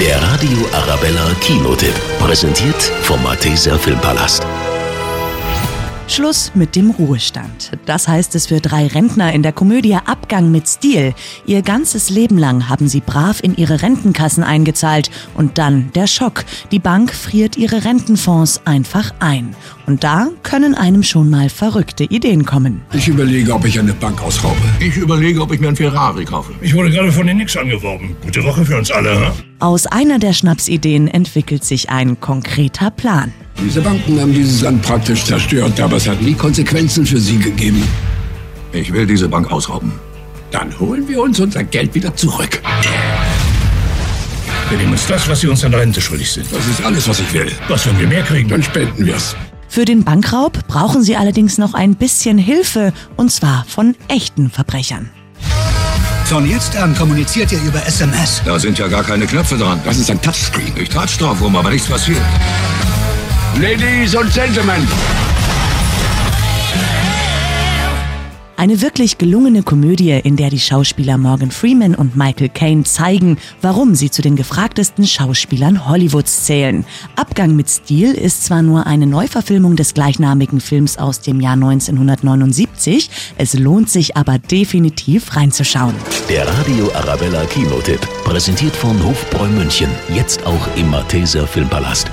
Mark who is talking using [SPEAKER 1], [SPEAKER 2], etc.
[SPEAKER 1] Der Radio Arabella Kinotipp. Präsentiert vom Malteser Filmpalast.
[SPEAKER 2] Schluss mit dem Ruhestand. Das heißt es für drei Rentner in der Komödie Abgang mit Stil. Ihr ganzes Leben lang haben sie brav in ihre Rentenkassen eingezahlt und dann der Schock. Die Bank friert ihre Rentenfonds einfach ein. Und da können einem schon mal verrückte Ideen kommen.
[SPEAKER 3] Ich überlege, ob ich eine Bank ausraube.
[SPEAKER 4] Ich überlege, ob ich mir einen Ferrari kaufe.
[SPEAKER 5] Ich wurde gerade von den Nix angeworben. Gute Woche für uns alle, hm?
[SPEAKER 2] Aus einer der Schnapsideen entwickelt sich ein konkreter Plan.
[SPEAKER 3] Diese Banken haben dieses Land praktisch zerstört, aber es hat nie Konsequenzen für sie gegeben.
[SPEAKER 4] Ich will diese Bank ausrauben.
[SPEAKER 3] Dann holen wir uns unser Geld wieder zurück.
[SPEAKER 5] Wir nehmen uns das, was sie uns an der Rente schuldig sind.
[SPEAKER 3] Das ist alles, was ich will.
[SPEAKER 5] Was, wenn wir mehr kriegen?
[SPEAKER 3] Dann spenden wir's.
[SPEAKER 2] Für den Bankraub brauchen sie allerdings noch ein bisschen Hilfe, und zwar von echten Verbrechern.
[SPEAKER 6] Von jetzt an kommuniziert ihr über SMS.
[SPEAKER 4] Da sind ja gar keine Knöpfe dran.
[SPEAKER 3] Das ist ein Touchscreen.
[SPEAKER 4] Ich tratsch drauf rum, aber nichts passiert.
[SPEAKER 3] Ladies und Gentlemen.
[SPEAKER 2] Eine wirklich gelungene Komödie, in der die Schauspieler Morgan Freeman und Michael Caine zeigen, warum sie zu den gefragtesten Schauspielern Hollywoods zählen. Abgang mit Stil ist zwar nur eine Neuverfilmung des gleichnamigen Films aus dem Jahr 1979, es lohnt sich aber definitiv reinzuschauen.
[SPEAKER 1] Der Radio Arabella Kinotipp. Präsentiert von Hofbräu München. Jetzt auch im Malteser Filmpalast.